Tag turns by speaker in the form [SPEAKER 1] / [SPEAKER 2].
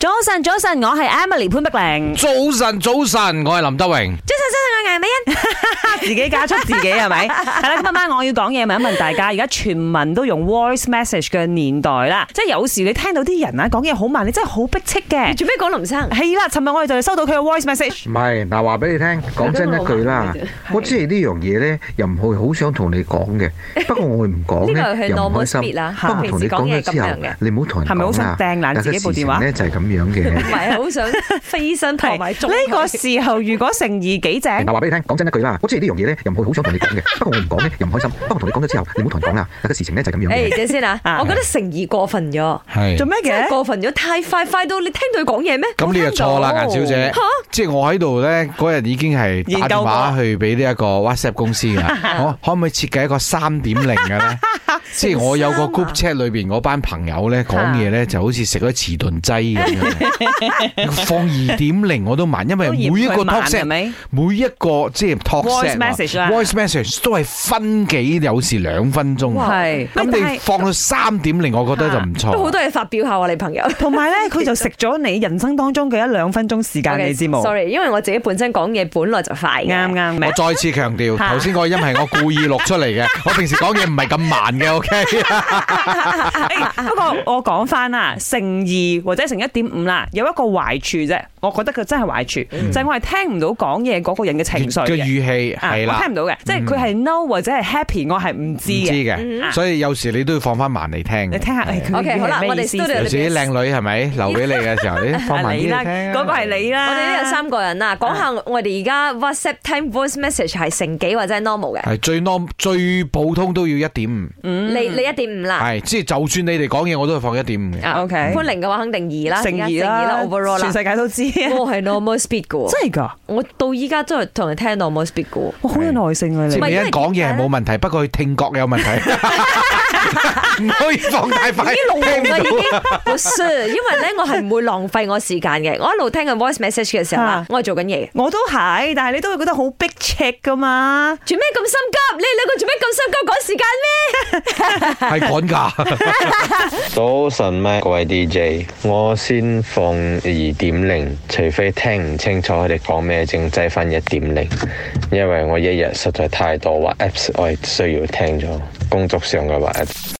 [SPEAKER 1] 早晨，早晨，我係 Emily 潘碧玲。
[SPEAKER 2] 早晨，早晨，我係林德榮。
[SPEAKER 3] 早晨，早晨，我係美欣。
[SPEAKER 1] 自己加出自己係 咪？係啦，今晚我要講嘢，問一問大家。而家全民都用 voice message 嘅年代啦，即係有時你聽到啲人啊講嘢好慢，你真係好逼切嘅
[SPEAKER 3] 你。做咩講林生？
[SPEAKER 1] 係啦，尋日我哋就收到佢嘅 voice message。
[SPEAKER 4] 唔係，嗱話俾你聽，講真一句啦，我知係呢樣嘢咧，又唔會好想同你講嘅。不過我唔講
[SPEAKER 3] 呢個係
[SPEAKER 4] 咧，又唔
[SPEAKER 3] normal
[SPEAKER 4] 開心
[SPEAKER 3] speed 啦。
[SPEAKER 4] 不過同你講咗之
[SPEAKER 3] 平時講嘢係
[SPEAKER 4] 後
[SPEAKER 3] 咁樣嘅，
[SPEAKER 4] 你唔好同人
[SPEAKER 1] 係咪好
[SPEAKER 4] 講
[SPEAKER 1] 想
[SPEAKER 4] 啦。
[SPEAKER 1] 掟爛自己部電話
[SPEAKER 4] 咧就係咁樣
[SPEAKER 3] 唔
[SPEAKER 4] 嘅。
[SPEAKER 3] 係好想飛身 同埋中
[SPEAKER 1] 呢 個時候如果誠意幾 正
[SPEAKER 4] 嗱，，話俾你聽，講真一句啦，我知係呢樣嘢咧，又唔會好想同你講嘅。不過我唔講咧，又唔開心。不過同你講咗之後，你唔好同人講啦。但個事情咧就係咁樣嘅
[SPEAKER 3] 誒，。等先啊
[SPEAKER 1] 啊！
[SPEAKER 3] 我覺得誠意過分咗，
[SPEAKER 2] 係
[SPEAKER 1] 做咩
[SPEAKER 3] 真 係
[SPEAKER 1] 嘅？
[SPEAKER 3] 過分咗，太快快到你聽到佢講嘢咩？
[SPEAKER 2] 咁你就錯啦，顏小姐。
[SPEAKER 1] 哦
[SPEAKER 2] 即係我喺度咧，嗰日已經係打電話去俾呢一個 WhatsApp 公司 噶，我可唔可以設計一個三點零嘅 咧？即係我有個 group chat 裏邊嗰班朋友咧講嘢咧，就好似食咗遲鈍劑咁 樣，放二點零我都慢，因為
[SPEAKER 1] 都
[SPEAKER 2] 每
[SPEAKER 1] 嫌
[SPEAKER 2] 一個
[SPEAKER 1] 佢慢
[SPEAKER 2] talk
[SPEAKER 1] 係
[SPEAKER 2] set
[SPEAKER 1] 咪
[SPEAKER 2] 每一個即係 talk
[SPEAKER 1] Voice
[SPEAKER 2] set 啊
[SPEAKER 1] message 啦
[SPEAKER 2] voice message 都係分幾有時兩分鐘啊。
[SPEAKER 1] 係
[SPEAKER 2] 咁你放到三點零，我覺得就唔錯。
[SPEAKER 3] 都好多嘢發表下喎，你 朋友。
[SPEAKER 1] 同埋咧，佢就食咗你人生當中嘅一兩分鐘時間，你知冇？
[SPEAKER 3] Sorry，因為我自己本身講嘢本來就快嘅
[SPEAKER 1] 啱啱
[SPEAKER 2] 我
[SPEAKER 1] 明。
[SPEAKER 2] 再次強調，
[SPEAKER 1] 嚇
[SPEAKER 2] 頭先嗰個音係我故意錄出嚟 嘅，我平時講嘢唔係咁慢嘅，OK？
[SPEAKER 1] 誒 不過我講翻啦，乘二或者乘一點五啦，有一個壞處啫，我覺得佢真係壞處，就係我係聽唔到講嘢嗰個人嘅情緒
[SPEAKER 2] 嗯嘅
[SPEAKER 1] 嘅，
[SPEAKER 2] 語氣
[SPEAKER 1] 啊
[SPEAKER 2] 係
[SPEAKER 1] 我
[SPEAKER 2] 啦，嗯
[SPEAKER 1] 聽唔到嘅，即係佢係 no 或者係 happy，我係唔知
[SPEAKER 2] 唔知
[SPEAKER 1] 嘅。嗯啊
[SPEAKER 2] 嘅，所以有時你都要放翻慢嚟聽。
[SPEAKER 1] 你聽下，誒佢
[SPEAKER 3] OK，好啦
[SPEAKER 1] 係咩意思
[SPEAKER 3] 我哋 studio
[SPEAKER 2] 有時啲靚女係咪留俾你嘅時候，咦放
[SPEAKER 1] 啊
[SPEAKER 2] 慢啲
[SPEAKER 1] 你啦，
[SPEAKER 2] 嚟聽。
[SPEAKER 1] 嗰個係你啦，
[SPEAKER 3] 我哋呢有三個人啊，講下我哋而家 WhatsApp time voice message 係成幾或者係 normal 嘅，
[SPEAKER 2] 係最 norm 最普通都要一點五，
[SPEAKER 1] 嗯
[SPEAKER 3] 你你一點五啦，
[SPEAKER 2] 係即係就算你哋講嘢，我都係放一點五嘅。
[SPEAKER 3] 啊
[SPEAKER 1] OK
[SPEAKER 3] 潘玲嘅話肯定二啦，
[SPEAKER 1] 乘
[SPEAKER 3] 而
[SPEAKER 1] 二
[SPEAKER 3] 家
[SPEAKER 1] 啦
[SPEAKER 3] 乘二啦，overall 哦
[SPEAKER 1] 全
[SPEAKER 3] 啦，
[SPEAKER 1] 世界都知，真
[SPEAKER 3] 我係 normal speed 嘅喎，
[SPEAKER 1] 係噶，
[SPEAKER 3] 我到依家都係同人聽 normal speed 嘅喎。
[SPEAKER 1] 我好有耐性啊
[SPEAKER 2] 即
[SPEAKER 1] 你
[SPEAKER 2] 係
[SPEAKER 3] 係。
[SPEAKER 2] 美欣講嘢係冇問題，不過佢聽覺有問 題，唔可以放太快，哎聽唔啊
[SPEAKER 3] 我已
[SPEAKER 2] 到。
[SPEAKER 3] 經不是，因為咧我係唔會浪費我時間嘅。我一路聽緊 voice message 嘅時候
[SPEAKER 1] 啊
[SPEAKER 3] 啊，我係做緊嘢嘅。
[SPEAKER 1] 我都係，但係你都會覺得好逼尺噶嘛。
[SPEAKER 3] 做咩咁心急？你兩個做咩咁心急趕時間咩？
[SPEAKER 2] 係趕㗎。
[SPEAKER 5] 早晨咩？各位 DJ，我先放二點零，除非聽唔清楚佢哋講咩，正擠翻一點零，因為我一日實在太多話 apps，我係需要聽咗工作上嘅話 apps。